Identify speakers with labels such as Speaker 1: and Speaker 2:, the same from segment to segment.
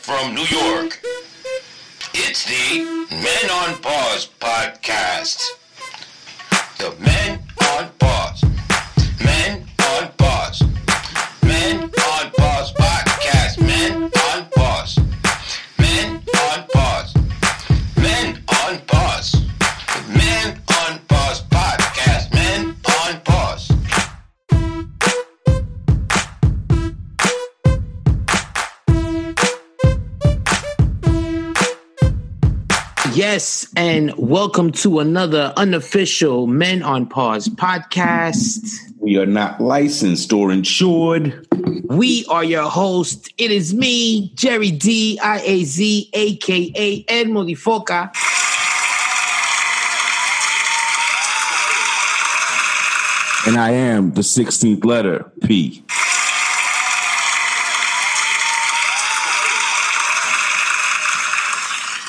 Speaker 1: from New York. It's the Men on Pause podcast. The Men on Pause. Men on Pause. Men on Pause podcast. Men on Pause. Men on Pause. Men on Pause. Men on Pause podcast. Men on Pause.
Speaker 2: Yes, and welcome to another unofficial Men on Pause podcast.
Speaker 3: We are not licensed or insured.
Speaker 2: We are your host. It is me, Jerry D, I A Z, aka Ed Modifoca.
Speaker 3: And I am the 16th letter, P.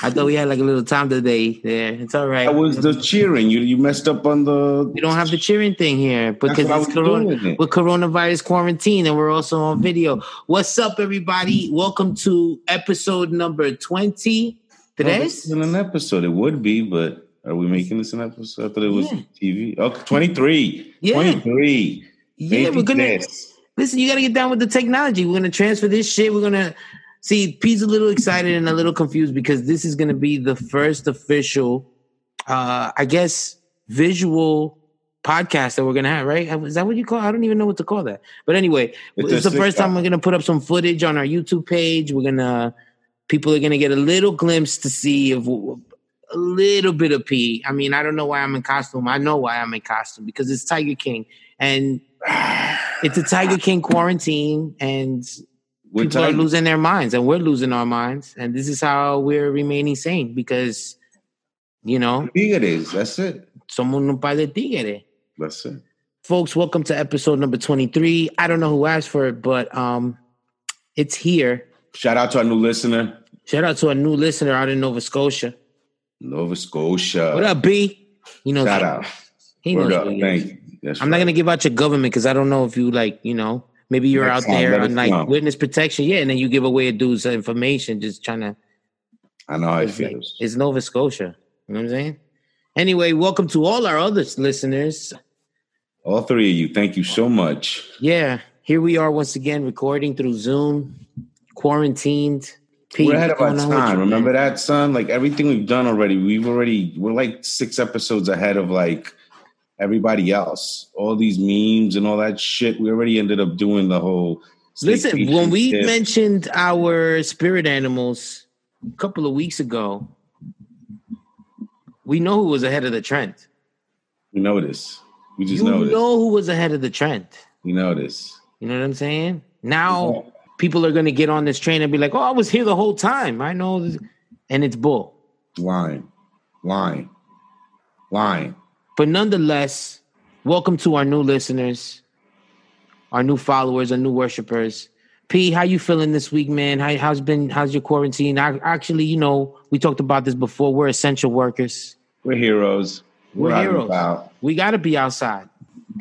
Speaker 2: I thought we had like a little time today there. It's all right.
Speaker 3: That was the cheering. You you messed up on the
Speaker 2: we don't have the cheering thing here because
Speaker 3: what I
Speaker 2: it's
Speaker 3: was doing
Speaker 2: corona,
Speaker 3: it.
Speaker 2: with coronavirus quarantine and we're also on video. What's up, everybody? Welcome to episode number 20.
Speaker 3: No,
Speaker 2: Today?
Speaker 3: this isn't an episode. It would be, but are we making this an episode? I thought it was
Speaker 2: Yeah.
Speaker 3: TV. Okay, 23.
Speaker 2: Yeah.
Speaker 3: 23.
Speaker 2: Yeah, we're gonna
Speaker 3: Yes.
Speaker 2: listen, you got to get down with the technology. We're going to transfer this shit. We're going to see P's a little excited and a little confused because this is going to be the first official, uh, I guess, visual podcast that we're going to have, right? Is that what you call I don't even know what to call that. But anyway,
Speaker 3: It's
Speaker 2: it's,
Speaker 3: a
Speaker 2: the first
Speaker 3: sitcom.
Speaker 2: time we're going to put up some footage on our YouTube page. We're going to, people are going to get a little glimpse to see of w- a little bit of P. I mean, I don't know why I'm in costume. I know why I'm in costume because it's Tiger King. And it's a Tiger King quarantine, and
Speaker 3: We're
Speaker 2: people are
Speaker 3: tight.
Speaker 2: losing their minds, and we're losing our minds, and this is how we're remaining sane because, you know,
Speaker 3: Tigres. That's it.
Speaker 2: somos un par de tigre.
Speaker 3: That's it.
Speaker 2: Folks, welcome to episode number twenty-three. I don't know who asked for it, but um, it's here.
Speaker 3: Shout out to our new listener,
Speaker 2: Shout out to a new listener out in Nova Scotia.
Speaker 3: Nova Scotia.
Speaker 2: What up, B? You know,
Speaker 3: Shout out.
Speaker 2: he knows
Speaker 3: Word up.
Speaker 2: who he is.
Speaker 3: Thank you. That's
Speaker 2: I'm
Speaker 3: right.
Speaker 2: not gonna give out your government because I don't know if you like, you know, maybe you're
Speaker 3: Next
Speaker 2: out
Speaker 3: time,
Speaker 2: there
Speaker 3: let us
Speaker 2: on like
Speaker 3: know.
Speaker 2: witness protection, yeah, and then you give away a dude's information, just trying to.
Speaker 3: I know how it
Speaker 2: It's, like-
Speaker 3: feels.
Speaker 2: it's Nova Scotia. You know what I'm saying? Anyway, welcome to all our other listeners.
Speaker 3: All three of you, thank you so much.
Speaker 2: Yeah, here we are once again recording through Zoom, quarantined. Pete,
Speaker 3: we're ahead of
Speaker 2: what's
Speaker 3: our
Speaker 2: going on with
Speaker 3: time.
Speaker 2: you,
Speaker 3: Remember
Speaker 2: man?
Speaker 3: that, son? Like everything we've done already, we've already we're like six episodes ahead of like everybody else. All these memes and all that shit. We already ended up doing the whole.
Speaker 2: Listen,
Speaker 3: staycation
Speaker 2: when we
Speaker 3: shit.
Speaker 2: mentioned our spirit animals a couple of weeks ago, we know who was ahead of the trend.
Speaker 3: we know this. We just
Speaker 2: you
Speaker 3: know this.
Speaker 2: know who was ahead of the trend.
Speaker 3: We know this.
Speaker 2: You know what I'm saying? Now people are going to get on this train and be like, "Oh, I was here the whole time. I know," this," and it's bull.
Speaker 3: Lying, lying, lying.
Speaker 2: But nonetheless, welcome to our new listeners, our new followers, our new worshipers. P, how you feeling this week, man? How, how's been? How's your quarantine? I, actually, you know, we talked about this before. We're essential workers.
Speaker 3: We're heroes.
Speaker 2: We're
Speaker 3: out and
Speaker 2: heroes.
Speaker 3: about.
Speaker 2: We got to be outside.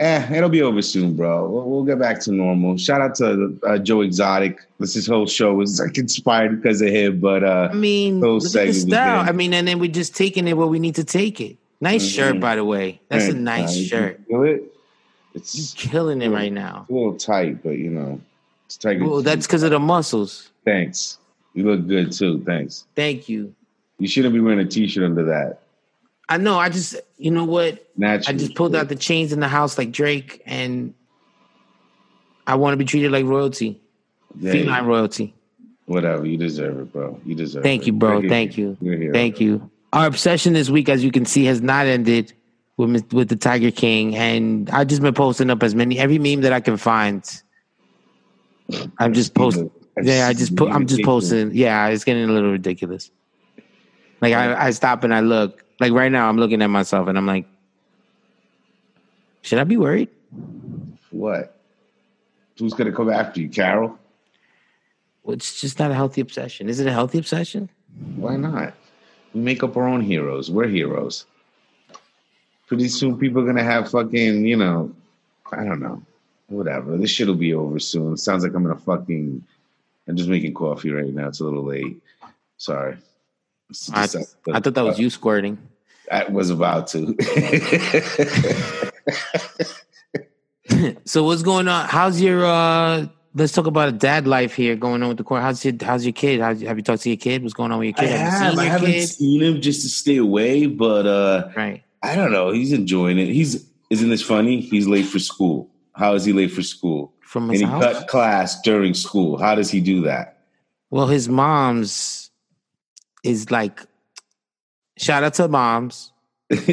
Speaker 3: Eh, it'll be over soon, bro. We'll, we'll get back to normal. Shout out to uh, Joe Exotic. This this whole show was like inspired because of him, but uh,
Speaker 2: I mean,
Speaker 3: Those
Speaker 2: look at the
Speaker 3: segments,
Speaker 2: style.
Speaker 3: man.
Speaker 2: I mean, and then we're just taking it where we need to take it. Nice shirt,
Speaker 3: Mhm.
Speaker 2: by the way. That's a
Speaker 3: Hey,
Speaker 2: nice
Speaker 3: uh, you
Speaker 2: shirt.
Speaker 3: can Feel it?
Speaker 2: You
Speaker 3: It's
Speaker 2: killing it right now.
Speaker 3: a little tight, but you know, it's tight.
Speaker 2: Well, that's because of the muscles.
Speaker 3: thanks. You look good too. Thanks.
Speaker 2: Thank you.
Speaker 3: You shouldn't be wearing a t-shirt under that.
Speaker 2: I know. I just, you know what? I
Speaker 3: Naturally,
Speaker 2: just pulled out the chains in the house like Drake, and I want to be treated like royalty,
Speaker 3: Yeah,
Speaker 2: feline royalty.
Speaker 3: Whatever. You deserve it, bro. You deserve.
Speaker 2: Thank
Speaker 3: it.
Speaker 2: you, bro.
Speaker 3: You're here.
Speaker 2: Thank you.
Speaker 3: You're here.
Speaker 2: Thank you. Our obsession this week, as you can see, has not ended with Mis- with the Tiger King, and I've just been posting up as many every meme that I can find. I'm just posting.
Speaker 3: I've
Speaker 2: Yeah, I just
Speaker 3: seen
Speaker 2: put. I'm just
Speaker 3: you.
Speaker 2: posting. Yeah, it's getting a little ridiculous. Like I, I stop and I look. Like right now, I'm looking at myself and I'm like, should I be worried?
Speaker 3: What? Who's gonna come after you, Carol?
Speaker 2: Well, it's just not a healthy obsession. Is it a healthy obsession?
Speaker 3: Why not? We make up our own heroes. We're heroes. Pretty soon, people are gonna have fucking, you know, I don't know, whatever. This shit'll be over soon. Sounds like I'm in a fucking I'm just making coffee right now. It's a little late. Sorry. It's
Speaker 2: I,
Speaker 3: just-
Speaker 2: I thought that was you squirting.
Speaker 3: I was about to.
Speaker 2: so what's going on? How's your uh let's talk about a dad life here going on with the court. How's your how's your kid? How's, have you talked to your kid? What's going on with your
Speaker 3: I
Speaker 2: kid?
Speaker 3: have. I haven't seen him just to stay away, but uh
Speaker 2: Right.
Speaker 3: I don't know. He's enjoying it. He's isn't this funny? He's late for school. How is he late for school?
Speaker 2: From
Speaker 3: And
Speaker 2: his
Speaker 3: he
Speaker 2: house.
Speaker 3: cut class during school. How does he do that?
Speaker 2: Well, his mom's is like shout out to moms.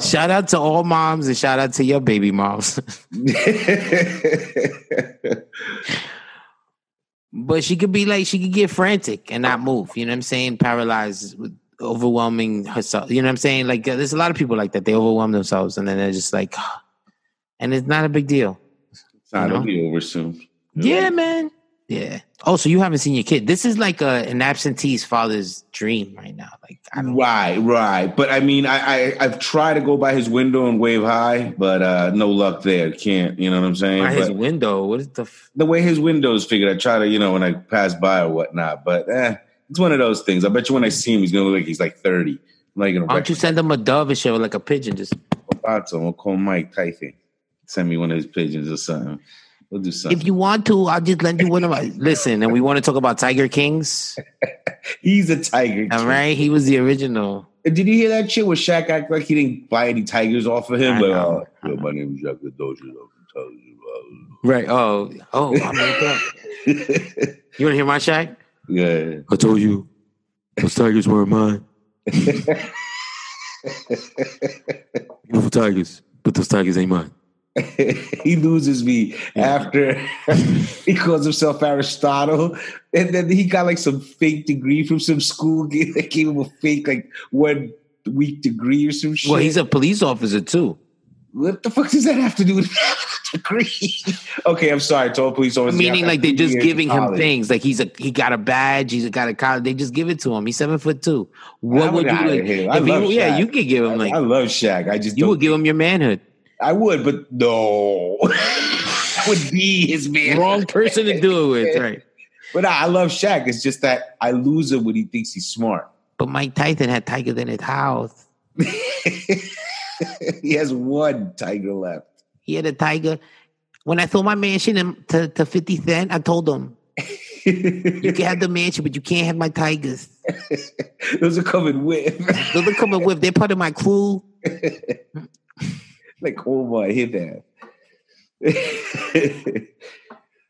Speaker 2: Shout out to all moms and shout out to your baby moms. but she could be like she could get frantic and not move you know what i'm saying paralyzed with overwhelming herself you know what i'm saying like uh, there's a lot of people like that they overwhelm themselves and then they're just like and it's not a big deal
Speaker 3: Nah, it'll
Speaker 2: know?
Speaker 3: be over soon.
Speaker 2: yeah man yeah oh so you haven't seen your kid this is like a, an absentee's father's dream right now like i don't
Speaker 3: Right, right. But I mean, I, I I've tried to go by his window and wave hi, but uh no luck there. Can't you know what I'm saying?
Speaker 2: by his
Speaker 3: But
Speaker 2: window what is the f-
Speaker 3: the way his window's figured, I try to you know when I pass by or whatnot. But eh, it's one of those things. I bet you when I see him, he's gonna look like he's like 30. I'm not gonna
Speaker 2: why don't Hmm. you
Speaker 3: recognize
Speaker 2: send him a dove and shit or like a pigeon just
Speaker 3: him. I'm gonna call Mike Tyson. Send me one of his pigeons or something. We'll do something.
Speaker 2: if you want to i'll just lend you one of my listen and we want to talk about tiger kings
Speaker 3: he's a tiger.
Speaker 2: all
Speaker 3: king.
Speaker 2: right he was the original
Speaker 3: Did you hear that shit where Shaq act like he didn't buy any tigers off of him?
Speaker 2: I
Speaker 3: But
Speaker 2: know, I
Speaker 3: yo,
Speaker 2: know.
Speaker 3: my name is Jack the Dozer. I'm telling you,
Speaker 2: Right. Oh, oh, I made that. You want to hear my Shaq?
Speaker 3: uh, yeah.
Speaker 2: I told you, those tigers weren't mine. Beautiful tigers, but those tigers ain't mine.
Speaker 3: he loses me after he calls himself Aristotle, and then he got like some fake degree from some school. They gave him a fake like one week degree or some shit.
Speaker 2: Well, he's a police officer too.
Speaker 3: what the fuck does that have to do with degree? okay, I'm sorry, to all police officers.
Speaker 2: Meaning,
Speaker 3: after
Speaker 2: like they're
Speaker 3: two
Speaker 2: just
Speaker 3: years in
Speaker 2: giving him
Speaker 3: college.
Speaker 2: things. Like he's a he got a badge. He's got a collar. They just give it to him. He's seven foot two. What
Speaker 3: I'm
Speaker 2: would you
Speaker 3: outta
Speaker 2: like?
Speaker 3: here. I
Speaker 2: if you-
Speaker 3: love
Speaker 2: yeah,
Speaker 3: Shaq.
Speaker 2: you could give him like
Speaker 3: I love Shaq. I just
Speaker 2: you
Speaker 3: don't
Speaker 2: would give him your manhood.
Speaker 3: I would, but no. I would be his man.
Speaker 2: Wrong person to do it with, right?
Speaker 3: But I, I love Shaq. It's just that I lose him when he thinks he's smart.
Speaker 2: But Mike Tyson had tigers in his house.
Speaker 3: he has one tiger left.
Speaker 2: He had a tiger. When I sold my mansion in- to, to 50 Cent, I told him, you can have the mansion, but you can't have my tigers.
Speaker 3: Those are coming with.
Speaker 2: Those are coming with, they're part of my crew.
Speaker 3: like, oh my, hear that.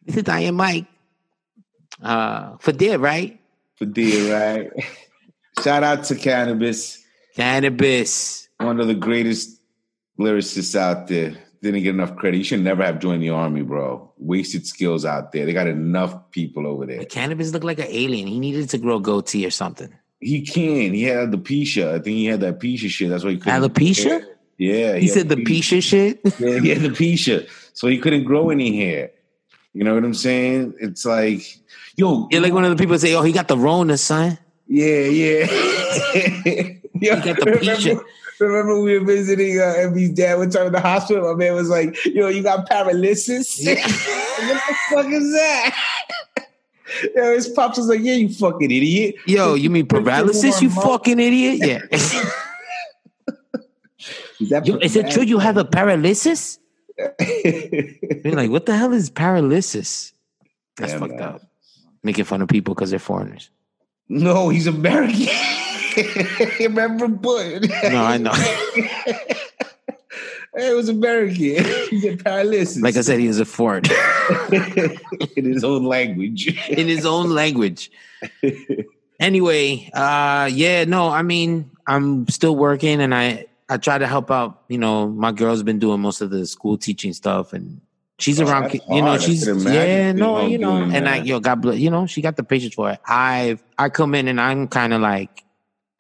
Speaker 2: This is I am Mike. Uh, for dead, right?
Speaker 3: For D, right? Shout out to Cannabis,
Speaker 2: Cannabis.
Speaker 3: one of the greatest lyricists out there. Didn't get enough credit. You should never have joined the army, bro. Wasted skills out there. They got enough people over there.
Speaker 2: The cannabis looked like an alien. He needed to grow goatee or something.
Speaker 3: He can. He had alopecia. I think he had that pisha shit. That's why he couldn't.
Speaker 2: Alopecia?
Speaker 3: Yeah.
Speaker 2: He said the pisha shit.
Speaker 3: Yeah, he had alopecia, so he couldn't grow any hair. You know what I'm saying? It's like, yo,
Speaker 2: You're like one of the people that say, oh, he got the Rona, son.
Speaker 3: yeah, yeah. yo,
Speaker 2: got the
Speaker 3: remember,
Speaker 2: pisha.
Speaker 3: remember we were visiting uh, Emmy's dad one time in the hospital. My man was like, "Yo, you got paralysis?
Speaker 2: Yeah.
Speaker 3: what the fuck is that?" Yo, his pops was like, "Yeah, you fucking idiot."
Speaker 2: Yo, you mean paralysis, you fucking idiot? Yeah.
Speaker 3: Is that
Speaker 2: Yo, is it true you have a paralysis? You're like, what the hell is paralysis? That's
Speaker 3: Yeah,
Speaker 2: fucked
Speaker 3: man.
Speaker 2: up. Making fun of people because they're foreigners.
Speaker 3: No, he's American. Remember Bud?
Speaker 2: No, I know.
Speaker 3: it was American. He's a paralysis.
Speaker 2: Like I said, he is a foreigner
Speaker 3: in his own language.
Speaker 2: in his own language. Anyway, uh, yeah, no, I mean, I'm still working, and I I try to help out. You know, my girl's been doing most of the school teaching stuff, and she's
Speaker 3: Oh,
Speaker 2: around.
Speaker 3: that's
Speaker 2: ki- You know,
Speaker 3: hard. I
Speaker 2: she's
Speaker 3: can imagine
Speaker 2: yeah,
Speaker 3: being
Speaker 2: no,
Speaker 3: home
Speaker 2: you know,
Speaker 3: doing
Speaker 2: and I
Speaker 3: that.
Speaker 2: yo, God bless, you know, she got the patience for it. I I come in and I'm kind of like,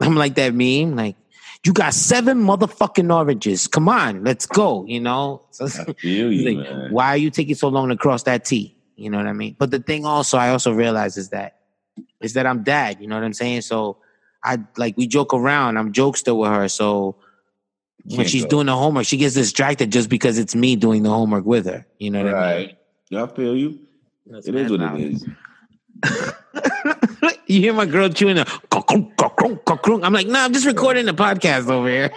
Speaker 2: I'm like that meme, like. You got seven motherfucking oranges. Come on, let's go. You know, So-
Speaker 3: feel
Speaker 2: He's like, why are you taking so long to cross that T? You know what I mean? But the thing also I also realize is that is that I'm dad, you know what I'm saying? So I like we joke around, I'm jokester with her. So when she's doing the homework, she gets distracted just because it's me doing the homework with her. You know what I mean?
Speaker 3: Right. I feel you.
Speaker 2: That's
Speaker 3: It
Speaker 2: mad
Speaker 3: is
Speaker 2: loud.
Speaker 3: what it is.
Speaker 2: you hear my girl chewing a cock-crunk, cock-crunk, cock-crunk. I'm like, no, I'm just recording the podcast over here.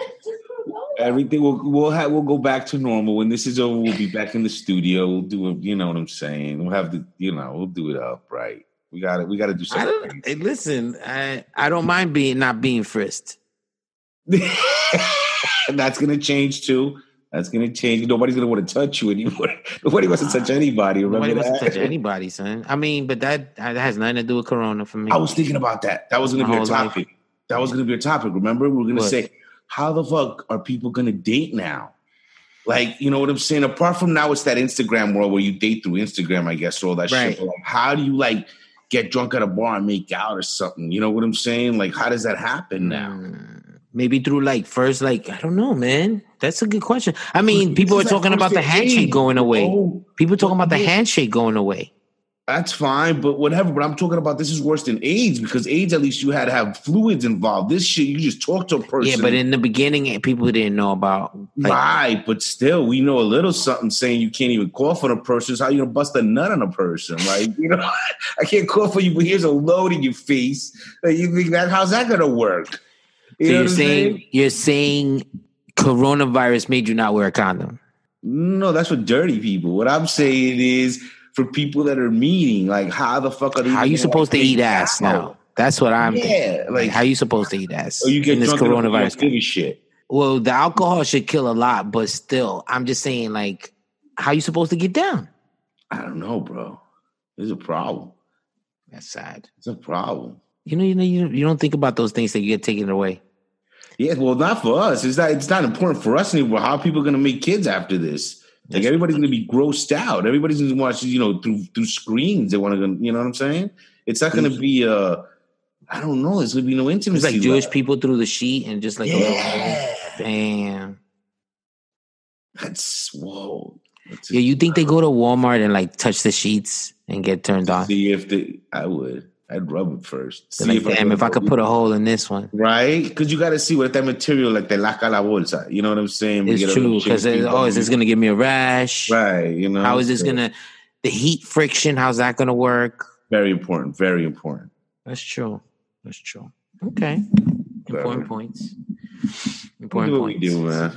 Speaker 3: Everything will we'll have we'll go back to normal when this is over. We'll be back in the studio. We'll do a, you know what I'm saying. We'll have the you know we'll do it up right. We got to We got to do
Speaker 2: I
Speaker 3: something.
Speaker 2: don't hey, listen, I I don't mind being not being frisked.
Speaker 3: and that's gonna change too. That's gonna change. Nobody's gonna want to touch you anymore. Nobody wants to touch anybody. Remember
Speaker 2: Ah. Nobody wants
Speaker 3: that?
Speaker 2: to touch anybody, son. I mean, but that that has nothing to do with corona for me.
Speaker 3: I was thinking about that. That was gonna
Speaker 2: My
Speaker 3: be our
Speaker 2: whole life.
Speaker 3: topic. That was gonna be our topic. Remember, we were gonna
Speaker 2: What?
Speaker 3: say, how the fuck are people gonna date now? Like, you know what I'm saying? Apart from now, it's that Instagram world where you date through Instagram, I guess, or all that
Speaker 2: Right.
Speaker 3: shit. But like, how do you like get drunk at a bar and make out or something? You know what I'm saying? Like, how does that happen now?
Speaker 2: Mm, Maybe through like first, like I don't know, man. That's a good question. I mean, people are
Speaker 3: This is
Speaker 2: talking
Speaker 3: like
Speaker 2: about the
Speaker 3: first date,
Speaker 2: handshake going away.
Speaker 3: bro.
Speaker 2: People talking about the
Speaker 3: Yeah.
Speaker 2: handshake going away.
Speaker 3: Oh, That's fine, but whatever. But I'm talking about this is worse than AIDS because AIDS, at least you had to have fluids involved. This shit, you just talk to a person.
Speaker 2: Yeah, but in the beginning, eh, people didn't know about. Like,
Speaker 3: right, but still, we know a little something saying you can't even cough on a person. So how you gonna bust a nut on a person? Like, you know, I can't cough on you, but here's a load in your face. Like, you think that how's that gonna work?
Speaker 2: so
Speaker 3: You know
Speaker 2: you're
Speaker 3: what I'm
Speaker 2: saying
Speaker 3: saying?
Speaker 2: you're saying coronavirus made you not wear a condom.
Speaker 3: No, that's for dirty people. What I'm saying is for people that are meeting, like how the fuck are they
Speaker 2: How
Speaker 3: even
Speaker 2: you
Speaker 3: gonna
Speaker 2: supposed to
Speaker 3: make
Speaker 2: eat ass
Speaker 3: out?
Speaker 2: now? That's what I'm thinking.
Speaker 3: Yeah,
Speaker 2: Like,
Speaker 3: like
Speaker 2: how you supposed to eat ass
Speaker 3: or you get
Speaker 2: in this
Speaker 3: drunk and don't
Speaker 2: coronavirus?
Speaker 3: give a shit.
Speaker 2: Well, the alcohol should kill a lot, but still, I'm just saying, like, how you supposed to get down?
Speaker 3: I don't know, bro. It's a problem.
Speaker 2: That's sad.
Speaker 3: It's a problem.
Speaker 2: You know, you know, you, you don't think about those things that you get taken away.
Speaker 3: Yeah, well, not for us. It's not. It's not important for us anymore. How are people going to make kids after this? Like
Speaker 2: That's-
Speaker 3: everybody's going to be grossed out. Everybody's going to watch, you know, through through screens. They want to, you know what I'm saying? It's not going to be. Uh, I don't know. There's going to be no
Speaker 2: It's
Speaker 3: intimacy.
Speaker 2: like Jewish
Speaker 3: left.
Speaker 2: people through the sheet and just like, a little-
Speaker 3: Yeah,
Speaker 2: damn.
Speaker 3: that's whoa. That's
Speaker 2: Yeah, you think they go to Walmart and like touch the sheets and get turned on?
Speaker 3: see if they? I would. I'd rub it first.
Speaker 2: They're
Speaker 3: See
Speaker 2: like, damn, if I could put a hole in this one,
Speaker 3: Right, because you got to see what that material like. They laca la bolsa. You know what I'm saying? We get
Speaker 2: it's
Speaker 3: a
Speaker 2: true.
Speaker 3: little
Speaker 2: Because
Speaker 3: shaky
Speaker 2: oh, is this gonna give me a rash?
Speaker 3: Right. You know,
Speaker 2: How is this
Speaker 3: so
Speaker 2: gonna? The heat friction. How's that gonna work?
Speaker 3: Very important. Very important.
Speaker 2: That's true. That's true. Okay. Important
Speaker 3: Whatever.
Speaker 2: points.
Speaker 3: We
Speaker 2: Important
Speaker 3: do what we
Speaker 2: points.
Speaker 3: do, man.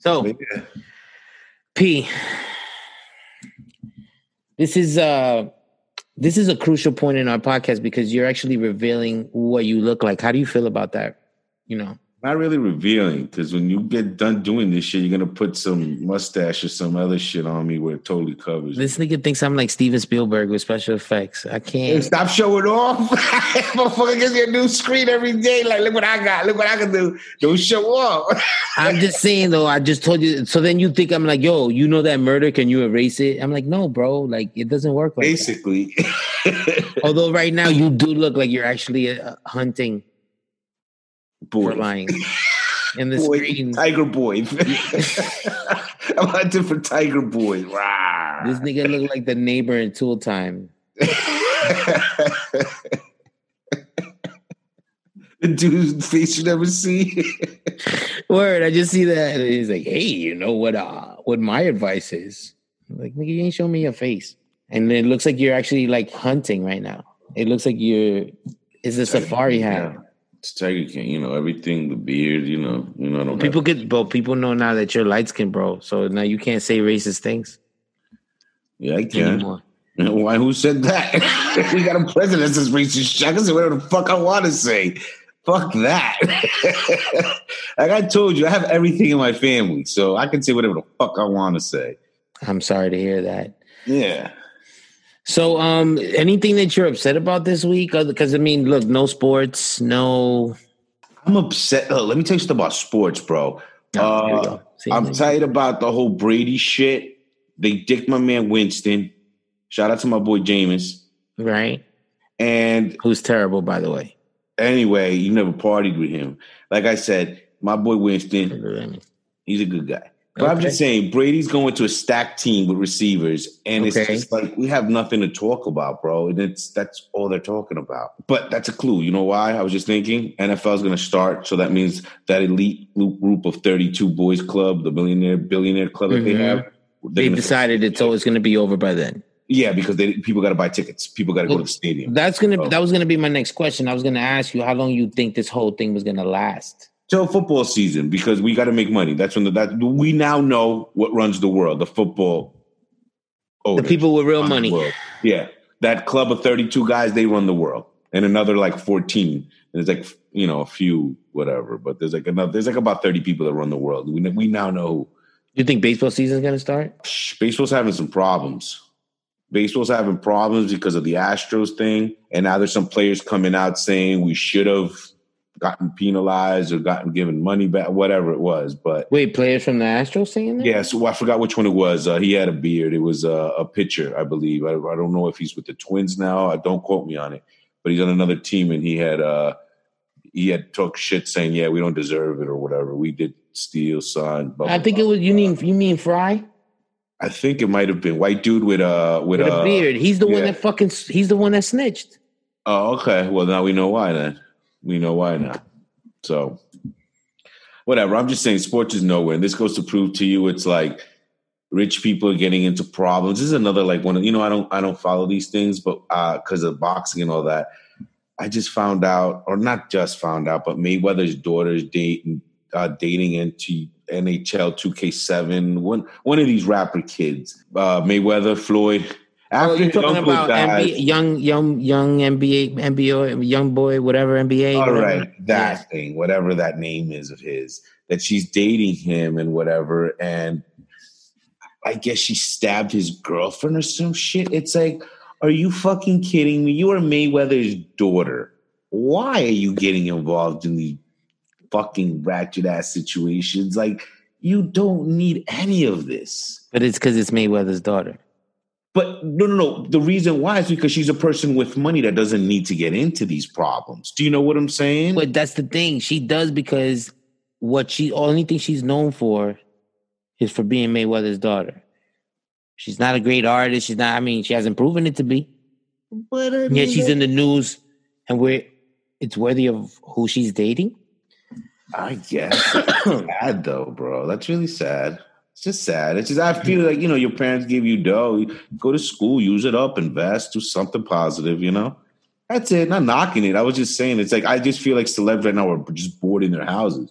Speaker 2: So
Speaker 3: Yeah.
Speaker 2: P. This is uh this is a crucial point in our podcast because you're actually revealing what you look like. How do you feel about that? You know,
Speaker 3: Not really revealing, because when you get done doing this shit, you're gonna put some mustache or some other shit on me where it totally covers. me.
Speaker 2: this nigga thinks I'm like Steven Spielberg with special effects. I
Speaker 3: Hey,
Speaker 2: can't.
Speaker 3: Stop showing off. Motherfucker gives me a new screen every day. Like, look what I got. Look what I can do. Don't show off.
Speaker 2: I'm just saying though. I just told you. So then you think I'm like, yo, you know that murder? Can you erase it? I'm like, no, bro. Like it doesn't work like that.
Speaker 3: Basically.
Speaker 2: Although right now you do look like you're actually uh, hunting for
Speaker 3: Boy.
Speaker 2: lions in the
Speaker 3: boy
Speaker 2: screen.
Speaker 3: tiger boy. I'm hunting for tiger boy. Rah.
Speaker 2: This nigga look like the neighbor in Tool Time.
Speaker 3: the dude's face you never see.
Speaker 2: Word, I just see that. And he's like, hey, you know what uh what my advice is? I'm like, nigga, you ain't showing me your face. And it looks like you're actually like hunting right now. It looks like you're it's a safari hat.
Speaker 3: It's Tiger King, you know everything. The beard, you know, you know. I don't
Speaker 2: People get bro, people know now that you're light skinned, bro. So now you can't say racist things
Speaker 3: yeah, I can.
Speaker 2: anymore.
Speaker 3: Why? Who said that? we got a president that's racist. shit. I can say whatever the fuck I want to say. Fuck that. like I told you, I have everything in my family, so I can say whatever the fuck I want to say.
Speaker 2: I'm sorry to hear that.
Speaker 3: Yeah.
Speaker 2: So, um, anything that you're upset about this week? Because I mean, look, no sports, no.
Speaker 3: I'm upset. Look, let me tell you something about sports, bro.
Speaker 2: no, here we
Speaker 3: Uh,
Speaker 2: go. See,
Speaker 3: I'm
Speaker 2: like,
Speaker 3: tired about the whole Brady shit. They dicked my man Winston. Shout out to my boy Jameis.
Speaker 2: right?
Speaker 3: And
Speaker 2: Who's terrible, by the way?
Speaker 3: anyway, you never partied with him. Like I said, my boy Winston, he's a good guy. But I'm just saying, Brady's going to a stacked team with receivers, and it's
Speaker 2: Okay.
Speaker 3: just like we have nothing to talk about, bro. And it's that's all they're talking about. But that's a clue. You know why? I was just thinking NFL is going to start, so that means that elite group group of 32 boys club, the millionaire billionaire club that
Speaker 2: Mhm.
Speaker 3: they have, they're
Speaker 2: They
Speaker 3: gonna-
Speaker 2: decided it's always going to be over by then.
Speaker 3: yeah, because they people got to buy tickets, people got to go to the stadium.
Speaker 2: That's gonna
Speaker 3: Oh.
Speaker 2: that was gonna be my next question. I was gonna ask you how long you think this whole thing was gonna last.
Speaker 3: till football season because we got to make money. That's when the, that we now know what runs the world, the football.
Speaker 2: The
Speaker 3: owners
Speaker 2: people with real
Speaker 3: run the
Speaker 2: money.
Speaker 3: Oh, world. Yeah, that club of thirty-two guys they run the world, and another like fourteen. And there's like you know a few whatever, but there's like another. There's like about thirty people that run the world. We we now know who.
Speaker 2: You think baseball season's gonna start?
Speaker 3: Psh, baseball's having some problems. Baseball's having problems because of the Astros thing, and now there's some players coming out saying we should have gotten penalized or gotten given money back, whatever it was. But
Speaker 2: Wait, players from the Astros saying that?
Speaker 3: yeah, so I forgot which one it was. Uh, he had a beard. It was uh, a pitcher, I believe. I, I don't know if he's with the Twins now. I don't quote me on it, but he's on another team, and he had uh, he had took shit saying, "Yeah, we don't deserve it" or whatever. We did steal, son. blah,
Speaker 2: I
Speaker 3: blah,
Speaker 2: think it
Speaker 3: blah.
Speaker 2: was you mean you mean Fry
Speaker 3: I think it might have been white dude with uh with,
Speaker 2: with
Speaker 3: uh,
Speaker 2: a beard. He's the one
Speaker 3: yeah.
Speaker 2: that fucking s- he's the one that snitched.
Speaker 3: Oh, okay. Well, now we know why. Then we know why now. So, whatever. I'm just saying, sports is nowhere, and this goes to prove to you, it's like rich people are getting into problems. This is another like one of you know I don't I don't follow these things, but because of boxing and all that, I just found out, or not just found out, but Mayweather's daughter's dating uh, dating into NHL 2K7. One one of these rapper kids, uh, Mayweather, Floyd. After
Speaker 2: Oh, you
Speaker 3: his
Speaker 2: talking
Speaker 3: uncle
Speaker 2: about
Speaker 3: died-
Speaker 2: NBA, young young young NBA MBO young boy whatever NBA.
Speaker 3: All
Speaker 2: whatever.
Speaker 3: right, that
Speaker 2: Yeah.
Speaker 3: thing, whatever that name is of his, that she's dating him and whatever, and I guess she stabbed his girlfriend or some shit. It's like, are you fucking kidding me? You are Mayweather's daughter. Why are you getting involved in these fucking ratchet ass situations? Like, you don't need any of this.
Speaker 2: But it's because it's Mayweather's daughter.
Speaker 3: But no, no, no. The reason why is because she's a person with money that doesn't need to get into these problems. Do you know what I'm saying?
Speaker 2: But that's the thing. She does because what she only thing she's known for is for being Mayweather's daughter. She's not a great artist. She's not. I mean, she hasn't proven it to be.
Speaker 3: But I
Speaker 2: Yet
Speaker 3: mean,
Speaker 2: she's
Speaker 3: that-
Speaker 2: in the news, and we're it's worthy of who she's dating.
Speaker 3: I guess That's sad though, bro. That's really sad. It's just sad. It's just I feel like you know your parents give you dough. Go to school, use it up, invest, do something positive. You know, that's it. Not knocking it. I was just saying. It's like I just feel like celebs right now are just bored in their houses.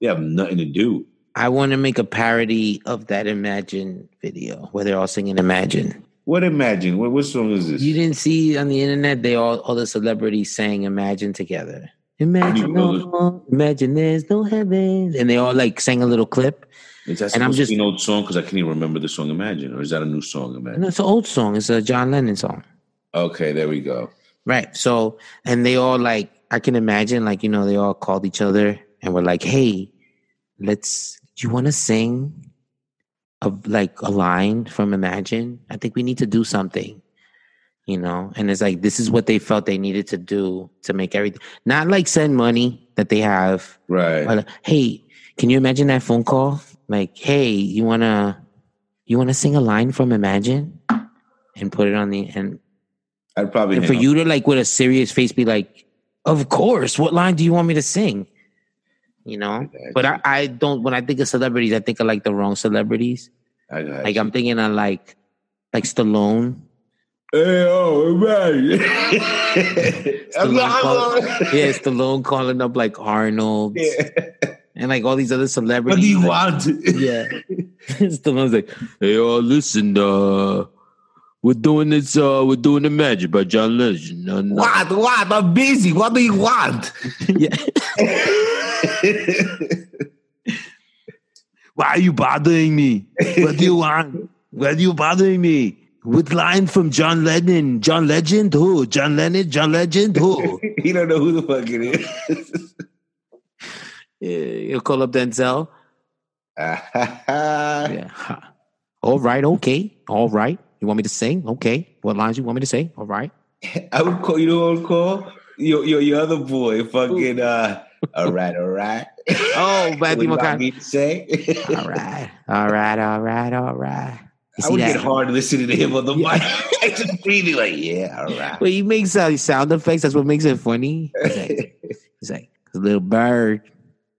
Speaker 3: They have nothing to do.
Speaker 2: I want to make a parody of that Imagine video where they're all singing Imagine.
Speaker 3: What imagine? What what song is this?
Speaker 2: You didn't see on the internet they all all the celebrities sang Imagine together. Imagine,
Speaker 3: know
Speaker 2: no, imagine there's no heaven, and they all like sang a little clip.
Speaker 3: Is that
Speaker 2: and I'm
Speaker 3: supposed to
Speaker 2: just-
Speaker 3: be an old song? Because I can't even remember the song Imagine, or is that a new song
Speaker 2: And
Speaker 3: Imagine?
Speaker 2: it's an old song. It's a John Lennon song,
Speaker 3: Okay, there we go.
Speaker 2: right? So, and they all like I can imagine like you know they all called each other and were like, "Hey, let's. Do you want to sing of like a line from Imagine? I think we need to do something." You know, and it's like this is what they felt they needed to do to make everything not like send money that they have
Speaker 3: Right.
Speaker 2: Or, hey, can you imagine that phone call? Like, hey, you wanna you wanna sing a line from Imagine and put it on the and,
Speaker 3: I'd probably
Speaker 2: and
Speaker 3: hang
Speaker 2: for
Speaker 3: up.
Speaker 2: you to like with a serious face be like, of course. What line do you want me to sing? You know, but I, I don't. When I think of celebrities, I think of like the wrong celebrities.
Speaker 3: I got
Speaker 2: Like
Speaker 3: you.
Speaker 2: I'm thinking of like like Stallone.
Speaker 3: Hey, oh, man.
Speaker 2: Stallone call, yeah, Stallone calling up like Arnold and like all these other
Speaker 3: What
Speaker 2: celebrities.
Speaker 3: do you
Speaker 2: Like,
Speaker 3: want?
Speaker 2: yeah. Stallone's like, hey, uh, listen, uh, we're doing this, uh, we're doing the magic by John Legend. No, no.
Speaker 3: What? What? I'm busy. What do you want?
Speaker 2: Yeah. Why are you bothering me? What do you want? Why are you bothering me? With line from John Lennon. John Legend? Who? John Lennon? John Legend? Who?
Speaker 3: you don't know who the fuck it is.
Speaker 2: yeah, you'll call up Denzel. Yeah. Ha. All right, okay. All right. You want me to sing? Okay. What lines you want me to say? All right.
Speaker 3: I would call you know what I would call? Your, your, your other boy, fucking uh, all right, all right.
Speaker 2: Oh, Matthew
Speaker 3: What about
Speaker 2: McConaughey.
Speaker 3: me to say?
Speaker 2: All right, all right, all right, all right. You
Speaker 3: I
Speaker 2: see
Speaker 3: would
Speaker 2: that?
Speaker 3: get hard listening to him on the mic. I just breathing like, yeah, all right.
Speaker 2: Well, he makes uh, sound effects. That's what makes it funny. He's like, he's like a little bird.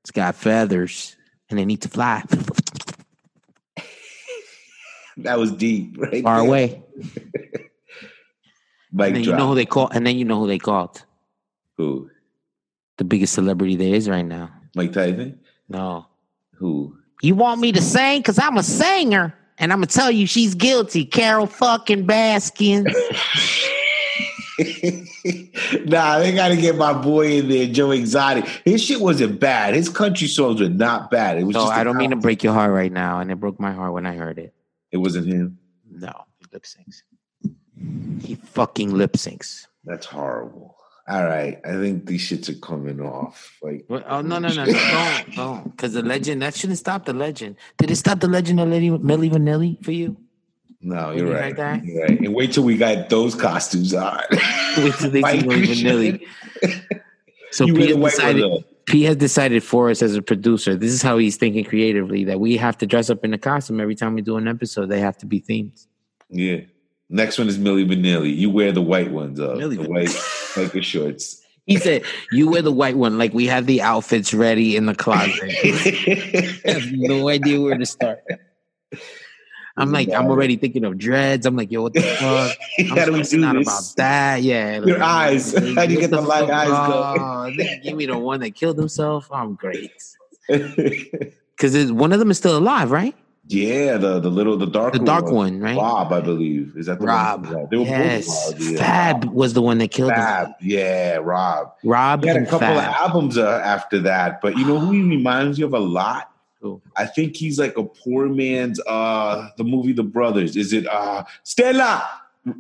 Speaker 2: It's got feathers, and they need to fly
Speaker 3: that was deep, right?
Speaker 2: far
Speaker 3: there.
Speaker 2: away.
Speaker 3: Mic
Speaker 2: And then you
Speaker 3: drop.
Speaker 2: know who they call. And then you know who they called.
Speaker 3: Who?
Speaker 2: The biggest celebrity there is right now.
Speaker 3: Mike Tyson?
Speaker 2: No,
Speaker 3: Who?
Speaker 2: you want me to sing? Cause I'm a singer, and I'm gonna tell you she's guilty. Carol fucking Baskin.
Speaker 3: nah, they gotta get my boy in there, Joe Exotic. His shit wasn't bad. His country songs were not bad. It was
Speaker 2: So
Speaker 3: just
Speaker 2: I
Speaker 3: the
Speaker 2: don't mean to
Speaker 3: album.
Speaker 2: break your heart right now, and it broke my heart when I heard it.
Speaker 3: it wasn't him.
Speaker 2: No, he lip syncs. He fucking lip syncs.
Speaker 3: That's horrible. All right. I think these shits are coming off. Like
Speaker 2: Well, oh no no no no! Don't don't because the legend that shouldn't stop the legend. Did it stop the legend of Lady Millie Vanilli for you?
Speaker 3: no, you're
Speaker 2: you
Speaker 3: right.
Speaker 2: like that?
Speaker 3: You're right. And wait till we got those costumes on.
Speaker 2: Wait till they see
Speaker 3: Mike,
Speaker 2: Milli Vanilli. So
Speaker 3: you
Speaker 2: P
Speaker 3: went
Speaker 2: has,
Speaker 3: away with
Speaker 2: decided,
Speaker 3: them.
Speaker 2: P has decided for us as a producer. This is how he's thinking creatively that we have to dress up in a costume every time we do an episode. They have to be themed.
Speaker 3: Yeah. Next one is Millie Vanilli. You wear the white ones up.
Speaker 2: Milli
Speaker 3: the
Speaker 2: Van-
Speaker 3: white biker shorts.
Speaker 2: He said, "You wear the white one, like we have the outfits ready in the closet." I have no idea where to start. I'm like, I'm already thinking of dreads. I'm like, yo, what the fuck?
Speaker 3: you
Speaker 2: I'm
Speaker 3: gotta
Speaker 2: stressing
Speaker 3: do
Speaker 2: out
Speaker 3: this.
Speaker 2: about that. Yeah.
Speaker 3: Your eyes. How do you get the light eyes
Speaker 2: going? give me the one that killed himself. I'm great. Because one of them is still alive, right?
Speaker 3: yeah, the the little the dark
Speaker 2: The dark one, right?
Speaker 3: Rob, I believe. Is that the
Speaker 2: Rob.
Speaker 3: One? Yeah, They were
Speaker 2: Yes.
Speaker 3: both Rob. Yeah.
Speaker 2: Fab was the one that killed
Speaker 3: Fab.
Speaker 2: him.
Speaker 3: Yeah, Rob.
Speaker 2: Rob
Speaker 3: He had a
Speaker 2: and
Speaker 3: couple
Speaker 2: Fab.
Speaker 3: of albums uh, after that, but you know who he reminds you of a lot?
Speaker 2: Who?
Speaker 3: I think he's like a poor man's uh the movie The Brothers. Is it uh Stella?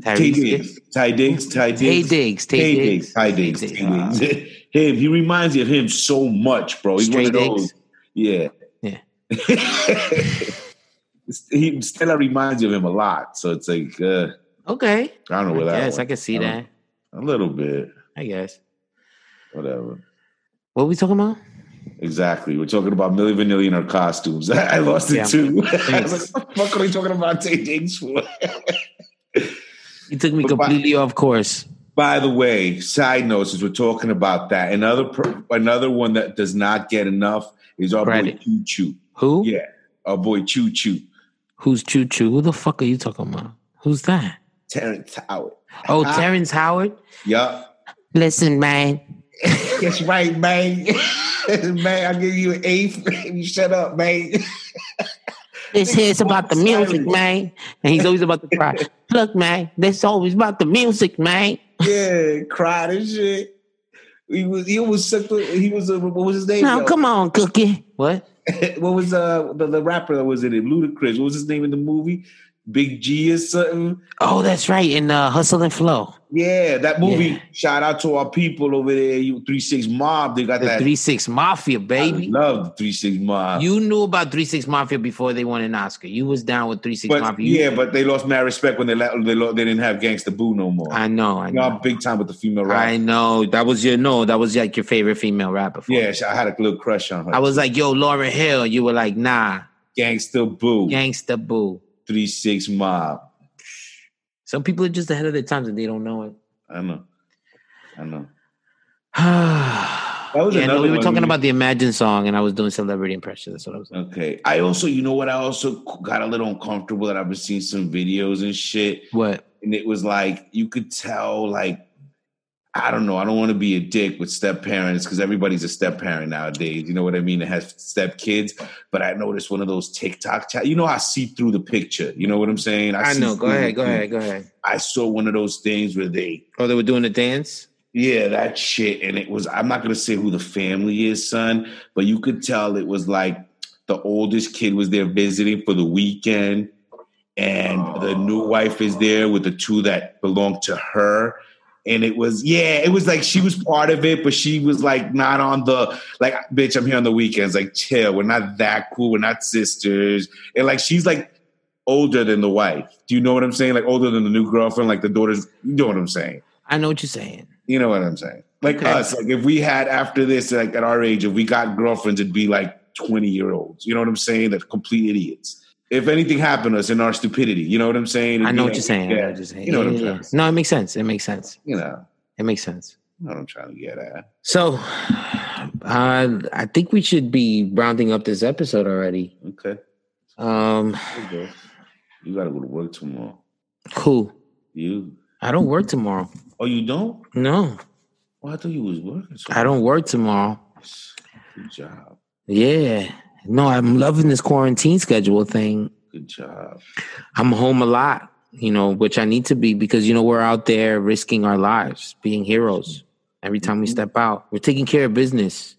Speaker 3: Tay Diggs.
Speaker 2: Tyrese-
Speaker 3: Ty Diggs. Ty
Speaker 2: Tay
Speaker 3: Diggs.
Speaker 2: Diggs. Tay
Speaker 3: Tay
Speaker 2: Diggs.
Speaker 3: Diggs. Ty Diggs.
Speaker 2: Tay Diggs.
Speaker 3: Tay Diggs. Him. He reminds you of him so much, bro. He's
Speaker 2: Stray
Speaker 3: one of those. Yeah.
Speaker 2: Yeah.
Speaker 3: he Stella reminds you of him a lot. So it's like uh,
Speaker 2: Okay.
Speaker 3: I don't know where that. Uh-huh.
Speaker 2: Yes,
Speaker 3: went.
Speaker 2: I can see
Speaker 3: I don't-
Speaker 2: that.
Speaker 3: A little bit.
Speaker 2: I guess.
Speaker 3: Whatever.
Speaker 2: What are we talking about?
Speaker 3: Exactly. We're talking about Millie Vanilli in her costumes. I lost it
Speaker 2: Yeah.
Speaker 3: too. I was
Speaker 2: Thanks.
Speaker 3: like, what the fuck are we talking about Tay Diggs for?
Speaker 2: You took me
Speaker 3: But-
Speaker 2: completely off course.
Speaker 3: By the way, side note, since we're talking about that, another per- another one that does not get enough is our boy
Speaker 2: Credit.
Speaker 3: Choo Choo.
Speaker 2: Who?
Speaker 3: Yeah. Our boy Choo Choo,
Speaker 2: Who's Choo Choo? Who the fuck are you talking about? Who's that?
Speaker 3: Terrence Howard.
Speaker 2: Oh,
Speaker 3: Ah.
Speaker 2: Terrence Howard.
Speaker 3: Yup.
Speaker 2: Listen, man.
Speaker 3: That's right, man. man, I give you an eighth. you shut up, man.
Speaker 2: This here's about the music,
Speaker 3: Silence.
Speaker 2: man. And he's always about to cry. Look, man, this always about the music, man.
Speaker 3: yeah, cried and shit. He was he was such a, he was a, what was his name?
Speaker 2: Now,
Speaker 3: yo?
Speaker 2: come on, Cookie. What?
Speaker 3: what was uh the, the rapper that was in it? Ludacris. What was his name in the movie? Big G or something.
Speaker 2: Oh, that's right. In uh, Hustle and Flow,
Speaker 3: Yeah, that movie.
Speaker 2: Yeah. Shout
Speaker 3: Shout out to our people over there. You Three Six Mob. They got
Speaker 2: the
Speaker 3: that.
Speaker 2: Three Six Mafia, baby.
Speaker 3: I love the Three Six Mob.
Speaker 2: You knew about Three Six Mafia before they won an Oscar. You was down with Three Six
Speaker 3: but
Speaker 2: Mafia. You-
Speaker 3: yeah, but they lost my respect when they la- they, lo- they didn't have Gangsta Boo no more.
Speaker 2: I know. I know.
Speaker 3: Y'all big time with the female
Speaker 2: I
Speaker 3: rapper.
Speaker 2: know. That was your no. That was like your favorite female rapper. for
Speaker 3: Yeah, I had a little crush on her.
Speaker 2: I was like, yo, Laura Hill. You were like, nah,
Speaker 3: Gangsta Boo,
Speaker 2: gangsta boo.
Speaker 3: Three Six Mob.
Speaker 2: Some people are just ahead of their times and they don't know it.
Speaker 3: I know, I know.
Speaker 2: that
Speaker 3: was another
Speaker 2: we were
Speaker 3: one
Speaker 2: talking
Speaker 3: we-
Speaker 2: about the Imagine song, and I was doing celebrity impressions. That's what I was. Doing.
Speaker 3: Okay. I also, you know what? I also got a little uncomfortable that I've been seeing some videos and shit.
Speaker 2: What?
Speaker 3: And it was like, you could tell, like, I don't know. I don't want to be a dick with step parents because everybody's a step parent nowadays. You know what I mean? That has step kids. But I noticed one of those TikTok, cha- you know, I see through the picture. You know what I'm saying?
Speaker 2: I
Speaker 3: see
Speaker 2: know. Go
Speaker 3: through
Speaker 2: ahead.
Speaker 3: the
Speaker 2: Go
Speaker 3: thing.
Speaker 2: ahead. Go ahead.
Speaker 3: I saw one of those things where they
Speaker 2: Oh, they were doing the dance.
Speaker 3: yeah, that shit. And it was, I'm not going to say who the family is, son, but you could tell it was like the oldest kid was there visiting for the weekend. And the new wife is there with the two that belong to her. And it was, yeah, it was like she was part of it, but she was like not on the, like, bitch, I'm here on the weekends. Like, chill. We're not that cool. We're not sisters. And like, she's like older than the wife. Do you know what I'm saying? Like, older than the new girlfriend, like the daughter's, you know what I'm saying?
Speaker 2: I know what you're saying.
Speaker 3: You know what I'm saying? like us. Like if we had after this, like at our age, if we got girlfriends, it'd be like twenty year olds. You know what I'm saying? Like complete idiots. If anything happened to us in our stupidity, you know what I'm saying?
Speaker 2: I
Speaker 3: It'd
Speaker 2: know
Speaker 3: be
Speaker 2: what
Speaker 3: like,
Speaker 2: you're saying. I know
Speaker 3: Yeah,
Speaker 2: what you're saying.
Speaker 3: you know what I'm
Speaker 2: Yeah, yeah,
Speaker 3: trying.
Speaker 2: yeah. No, it makes sense. It makes sense.
Speaker 3: You know,
Speaker 2: It makes sense.
Speaker 3: you know what I'm trying to get at.
Speaker 2: So, uh, I think we should be rounding up this episode already.
Speaker 3: Okay,
Speaker 2: Um,
Speaker 3: there you go. You gotta go to work tomorrow.
Speaker 2: cool.
Speaker 3: You?
Speaker 2: I don't work tomorrow.
Speaker 3: Oh, you don't?
Speaker 2: No,
Speaker 3: Well, I thought you was working.
Speaker 2: I don't work tomorrow.
Speaker 3: Good job.
Speaker 2: Yeah. No, I'm loving this quarantine schedule thing.
Speaker 3: Good job.
Speaker 2: I'm home a lot, you know, which I need to be because, you know, we're out there risking our lives, being heroes. Every time
Speaker 3: Mm-hmm.
Speaker 2: we step out, we're taking care of business,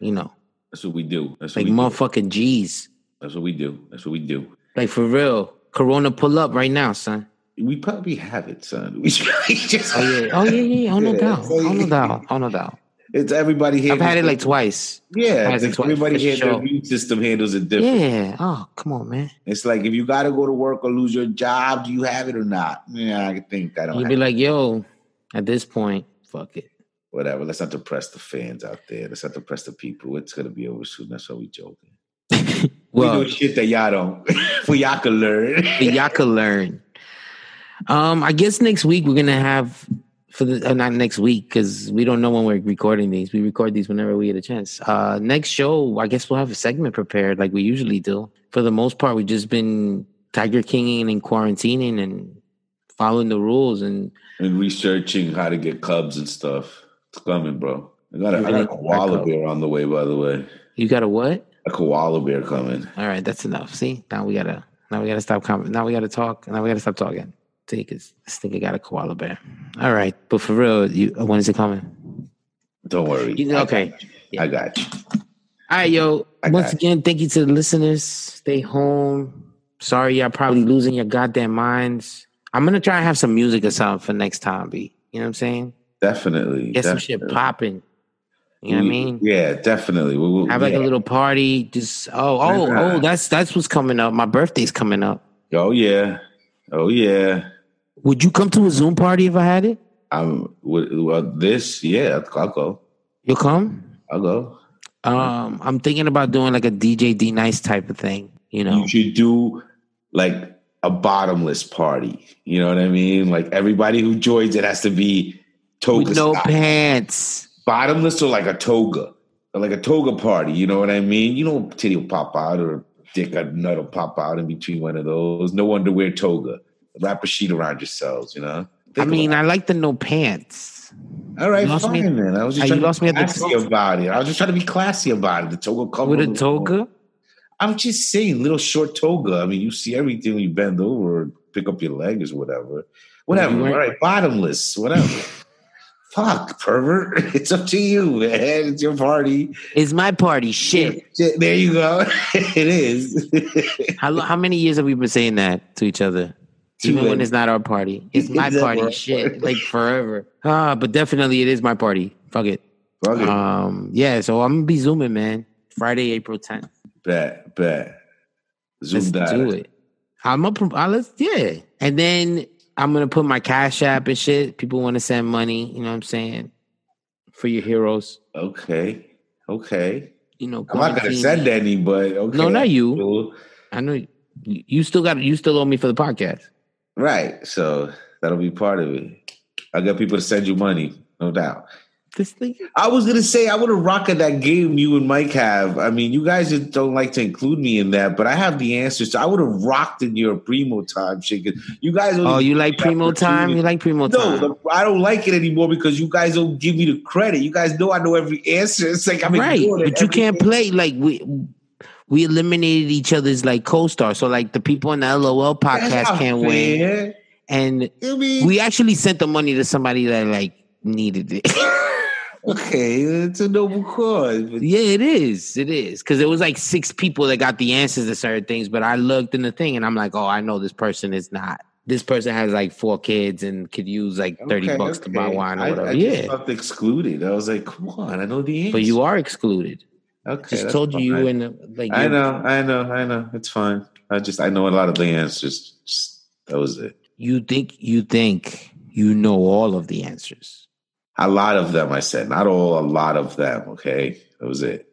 Speaker 2: you know,
Speaker 3: That's what we do. That's
Speaker 2: like
Speaker 3: what we do.
Speaker 2: motherfucking G's.
Speaker 3: That's what we do. That's what we do.
Speaker 2: Like for real. Corona pull up right now, son.
Speaker 3: We probably have it, son. We probably just
Speaker 2: Oh, yeah. Oh, yeah, yeah. yeah. Oh, no
Speaker 3: Yeah,
Speaker 2: doubt.
Speaker 3: it's like-
Speaker 2: Oh, no doubt. Oh, no doubt.
Speaker 3: it's everybody here.
Speaker 2: I've had it like twice.
Speaker 3: yeah,
Speaker 2: twice or
Speaker 3: it's
Speaker 2: twice,
Speaker 3: everybody
Speaker 2: for
Speaker 3: here.
Speaker 2: sure.
Speaker 3: Their immune system handles it different.
Speaker 2: Yeah. Oh, come on, man.
Speaker 3: It's like if you got to go to work or lose your job, do you have it or not? Yeah, I think I don't.
Speaker 2: You'd
Speaker 3: Have
Speaker 2: be
Speaker 3: it.
Speaker 2: like, yo, at this point, fuck it.
Speaker 3: Whatever. Let's not depress the fans out there. Let's not depress the people. It's gonna be over soon. That's why we joking.
Speaker 2: Well,
Speaker 3: we do shit that y'all don't. For y'all can learn.
Speaker 2: that y'all could learn. Um, I guess next week we're gonna have for the uh, not next week because we don't know when we're recording these. We record these whenever we get a chance. Uh, next show, I guess we'll have a segment prepared like we usually do. For the most part, we've just been Tiger Kinging and quarantining and following the rules. And
Speaker 3: and researching how to get cubs and stuff. It's coming, bro. I got a, I
Speaker 2: Really?
Speaker 3: got a koala
Speaker 2: Cub.
Speaker 3: bear on the way, by the way.
Speaker 2: you got a what?
Speaker 3: A koala bear coming.
Speaker 2: All right, that's enough. See, now we gotta now we gotta stop comment. Now we gotta talk. Now we gotta stop talking. See, because this nigga got a koala bear. All right, but for real, you when is it coming?
Speaker 3: Don't worry.
Speaker 2: You-
Speaker 3: I
Speaker 2: okay.
Speaker 3: got you.
Speaker 2: Yeah.
Speaker 3: I got you.
Speaker 2: All right, yo.
Speaker 3: I
Speaker 2: Once
Speaker 3: got you.
Speaker 2: again, thank you to the listeners. Stay home. Sorry, y'all probably losing your goddamn minds. I'm gonna try and have some music or something for next time, B. You know what I'm saying?
Speaker 3: Definitely.
Speaker 2: Get some shit
Speaker 3: definitely.
Speaker 2: popping. You know what I mean?
Speaker 3: Yeah, definitely. We, we,
Speaker 2: Have like
Speaker 3: yeah.
Speaker 2: a little party. Just oh, oh,
Speaker 3: Yeah.
Speaker 2: oh, that's that's what's coming up. My birthday's coming up.
Speaker 3: Oh yeah. Oh yeah.
Speaker 2: Would you come to a Zoom party if I had it?
Speaker 3: I'm with- well. This yeah. I'll go.
Speaker 2: You'll come?
Speaker 3: I'll go.
Speaker 2: Um, I'm thinking about doing like a DJ D nice type of thing, you know.
Speaker 3: You should do like a bottomless party. You know what I mean? Like everybody who joins it has to be toga
Speaker 2: With no
Speaker 3: style.
Speaker 2: pants.
Speaker 3: bottomless or like a toga, or like a toga party. You know what I mean? You know, titty will pop out or dick a nut will pop out in between one of those. No underwear toga. Wrap a sheet around yourselves. You know.
Speaker 2: I
Speaker 3: Think
Speaker 2: mean,
Speaker 3: about
Speaker 2: I like the no pants.
Speaker 3: it. all right,
Speaker 2: you lost
Speaker 3: fine
Speaker 2: me-
Speaker 3: then. I
Speaker 2: Uh,
Speaker 3: was just
Speaker 2: you
Speaker 3: trying to
Speaker 2: lost
Speaker 3: be
Speaker 2: me at the
Speaker 3: classy
Speaker 2: toga.
Speaker 3: about it. I was just trying to be classy about it. The toga cover
Speaker 2: With a toga?
Speaker 3: I'm just saying, little short toga. I mean, you see everything when you bend over or pick up your legs, whatever. Whatever.
Speaker 2: You
Speaker 3: All
Speaker 2: weren't-
Speaker 3: right, bottomless, whatever. Fuck, pervert. It's up to you, man. It's your party.
Speaker 2: It's my party. Shit.
Speaker 3: Shit, There you go. it is.
Speaker 2: How, lo- how many years have we been saying that to each other?
Speaker 3: Too
Speaker 2: Even when
Speaker 3: many.
Speaker 2: it's not our party. It's my
Speaker 3: It's not
Speaker 2: party.
Speaker 3: our
Speaker 2: Shit.
Speaker 3: party.
Speaker 2: Like forever. Ah, but definitely it is my party. Fuck it.
Speaker 3: Fuck it.
Speaker 2: Um, yeah, so I'm gonna be zooming, man. Friday, April 10th.
Speaker 3: bet, bet. Zoom
Speaker 2: Let's do
Speaker 3: dial.
Speaker 2: it. I'm up I let's yeah. And then I'm gonna put my cash app and shit. People wanna send money, you know what I'm saying? For your heroes.
Speaker 3: Okay. Okay.
Speaker 2: You know,
Speaker 3: I'm not going to
Speaker 2: quarantine.
Speaker 3: send any, but okay.
Speaker 2: No, not you.
Speaker 3: Cool.
Speaker 2: I know you, you still got you still owe me for the podcast.
Speaker 3: Right. So that'll be part of it. I got people to send you money, no doubt.
Speaker 2: This thing
Speaker 3: I was gonna say I would have rocked at that game you and Mike have. I mean, you guys just don't like to include me in that, but I have the answers. So I would have rocked in your primo time shit. 'cause You guys. only
Speaker 2: Oh, you
Speaker 3: give me
Speaker 2: like
Speaker 3: the
Speaker 2: primo time? You
Speaker 3: opportunity-
Speaker 2: like primo
Speaker 3: No,
Speaker 2: time?
Speaker 3: the- I don't like it anymore because you guys don't give me the credit. You guys know I know every answer. It's like I'm
Speaker 2: right,
Speaker 3: ignored at
Speaker 2: but you
Speaker 3: every-
Speaker 2: can't play like we we eliminated each other's like co-star. So like the people in the LOL
Speaker 3: That's
Speaker 2: podcast
Speaker 3: not
Speaker 2: can't win,
Speaker 3: fair.
Speaker 2: and
Speaker 3: You mean
Speaker 2: we actually sent the money to somebody that like needed it.
Speaker 3: okay? It's a noble cause. But
Speaker 2: yeah, it is, it is, because it was like six people that got the answers to certain things. But I looked in the thing, and I'm like, oh, I know this person is not. This person has like four kids and could use like thirty
Speaker 3: Okay,
Speaker 2: bucks to buy
Speaker 3: okay.
Speaker 2: wine
Speaker 3: I-
Speaker 2: or whatever.
Speaker 3: I,
Speaker 2: yeah,
Speaker 3: just felt excluded. I was like, come on, I know the answer.
Speaker 2: but you are excluded.
Speaker 3: okay.
Speaker 2: Just
Speaker 3: that's
Speaker 2: told you you
Speaker 3: fine.
Speaker 2: and like
Speaker 3: I
Speaker 2: you're-
Speaker 3: know, I know, I know. It's fine. I just I know a lot of the answers. Just, that was it.
Speaker 2: You think you think you know all of the answers.
Speaker 3: A lot of them, I said. Not all, a lot of them. Okay. That was it.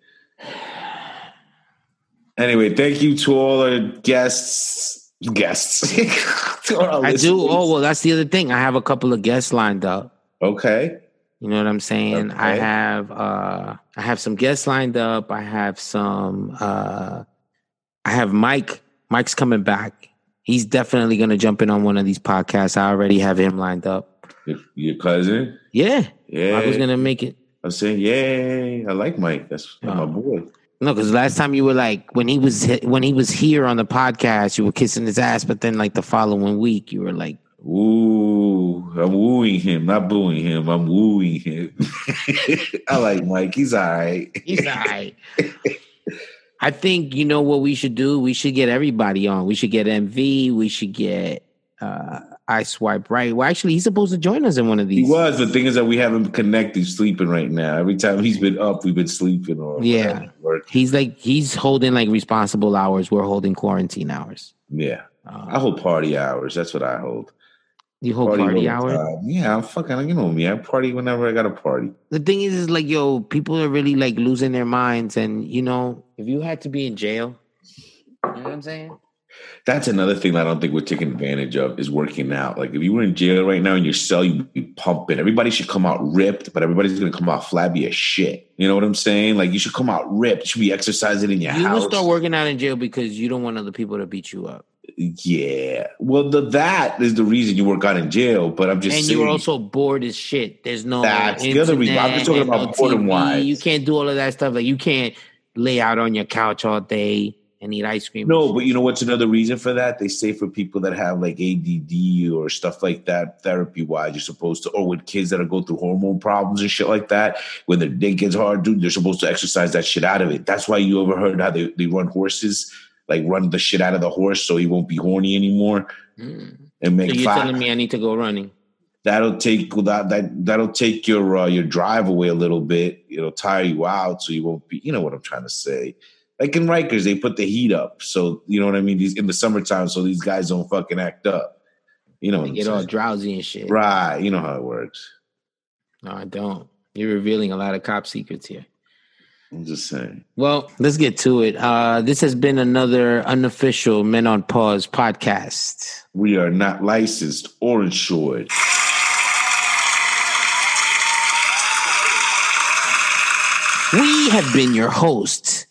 Speaker 3: Anyway, thank you to all our guests. Guests. To all our
Speaker 2: I do.
Speaker 3: listeners.
Speaker 2: Oh well, that's the other thing. I have a couple of guests lined up.
Speaker 3: Okay.
Speaker 2: You know what I'm saying? I
Speaker 3: Okay.
Speaker 2: have uh I have some guests lined up. I have some uh I have Mike. Mike's coming back. He's definitely gonna jump in on one of these podcasts. I already have him lined up.
Speaker 3: Your, your cousin.
Speaker 2: Yeah.
Speaker 3: Yeah.
Speaker 2: Mike was gonna make it.
Speaker 3: I'm saying, yay. I like Mike. That's my
Speaker 2: Oh.
Speaker 3: boy.
Speaker 2: No, because last time you were like when he was he- when he was here on the podcast, you were kissing his ass, but then like the following week you were like
Speaker 3: Woo. I'm wooing him, not booing him. I'm wooing him. I like Mike. He's all right.
Speaker 2: He's all right. I think you know what we should do. We should get everybody on. We should get MV. We should get uh, I swipe right. Well, actually, he's supposed to join us in one of
Speaker 3: He
Speaker 2: these.
Speaker 3: was. The thing is that we haven't connected. He's sleeping right now. Every time he's been up, we've been sleeping or
Speaker 2: Yeah.
Speaker 3: whatever, work.
Speaker 2: He's like he's holding like responsible hours. We're holding quarantine hours.
Speaker 3: Yeah, I
Speaker 2: Uh,
Speaker 3: hold party hours. That's what I hold.
Speaker 2: you hold party,
Speaker 3: all
Speaker 2: hours.
Speaker 3: the time. Yeah, I'm fucking. You know me. I party whenever I got a party.
Speaker 2: The thing is, is like yo, people are really like losing their minds, and you know, if you had to be in jail, you know what I'm saying?
Speaker 3: That's another thing that I don't think we're taking advantage of is working out. Like if you were in jail right now in your cell, you'd be pumping. Everybody should come out ripped, but everybody's gonna come out flabby as shit. You know what I'm saying? Like you should come out ripped. You should be exercising in your
Speaker 2: You
Speaker 3: house.
Speaker 2: would start working out in jail because you don't want other people to beat you up,
Speaker 3: yeah. Well, the, that is the reason you work out in jail. But I'm just
Speaker 2: and
Speaker 3: saying,
Speaker 2: you're also bored as shit. There's no
Speaker 3: That's the other reason. I'm just talking
Speaker 2: internet,
Speaker 3: about boredom-wise.
Speaker 2: You can't do all of that stuff. Like you can't lay out on your couch all day and eat ice cream.
Speaker 3: No, but you know what's another reason for that? They say for people that have like ADD or stuff like that, therapy wise, you're supposed to, or with kids that are go through hormone problems and shit like that, when their day gets hard, dude, they're supposed to exercise that shit out of it. That's why you ever heard how they, they run horses, like run the shit out of the horse so he won't be horny anymore
Speaker 2: Mm. So
Speaker 3: and make
Speaker 2: you're
Speaker 3: five.
Speaker 2: telling me I need to go running?
Speaker 3: that'll take that, that that'll take your uh, your drive away a little bit. It'll tire you out, so you won't be. You know what I'm trying to say. Like in Rikers, they put the heat up, so you know what I mean. These in the summertime, so these guys don't fucking act up. You know what
Speaker 2: I
Speaker 3: I'm
Speaker 2: get all
Speaker 3: saying?
Speaker 2: drowsy and shit.
Speaker 3: Right? You know how it works.
Speaker 2: No, I don't. You're revealing a lot of cop secrets here.
Speaker 3: I'm just saying.
Speaker 2: Well, let's get to it. Uh, this has been another unofficial Men on Pause podcast.
Speaker 3: We are not licensed or insured.
Speaker 2: We have been your hosts.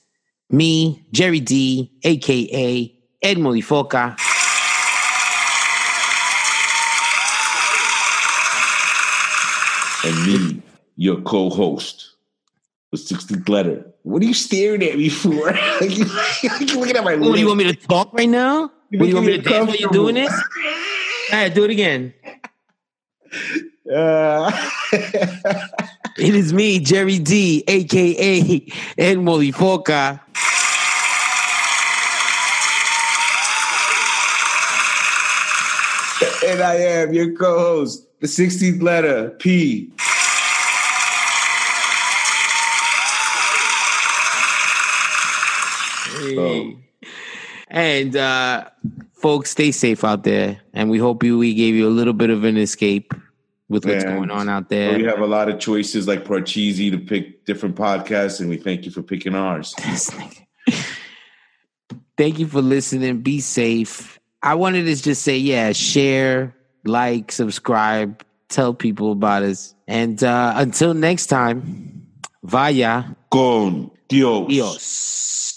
Speaker 2: Me, Jerry D, aka Ed Molifoca.
Speaker 3: And me, your co-host, the 16th letter. What are you staring at me for? like, you, like you looking at my.
Speaker 2: What do Oh, you want me to talk right now? What do you want me to dance while you're doing this? All right, do it again.
Speaker 3: Uh,
Speaker 2: It is me, Jerry D, aka Ed Molifoca.
Speaker 3: And I am your co host, the 16th letter P.
Speaker 2: Hey. And uh, folks, stay safe out there. And we hope you we gave you a little bit of an escape with what's
Speaker 3: Man.
Speaker 2: going on out
Speaker 3: We
Speaker 2: there.
Speaker 3: have a lot of choices like Parcheesi to pick different podcasts, and we thank you for picking ours.
Speaker 2: This nigga. Thank you for listening. Be safe. I wanted to just say, yeah, share, like, subscribe, tell people about us. And uh, until next time, vaya
Speaker 3: Con Dios.
Speaker 2: Dios.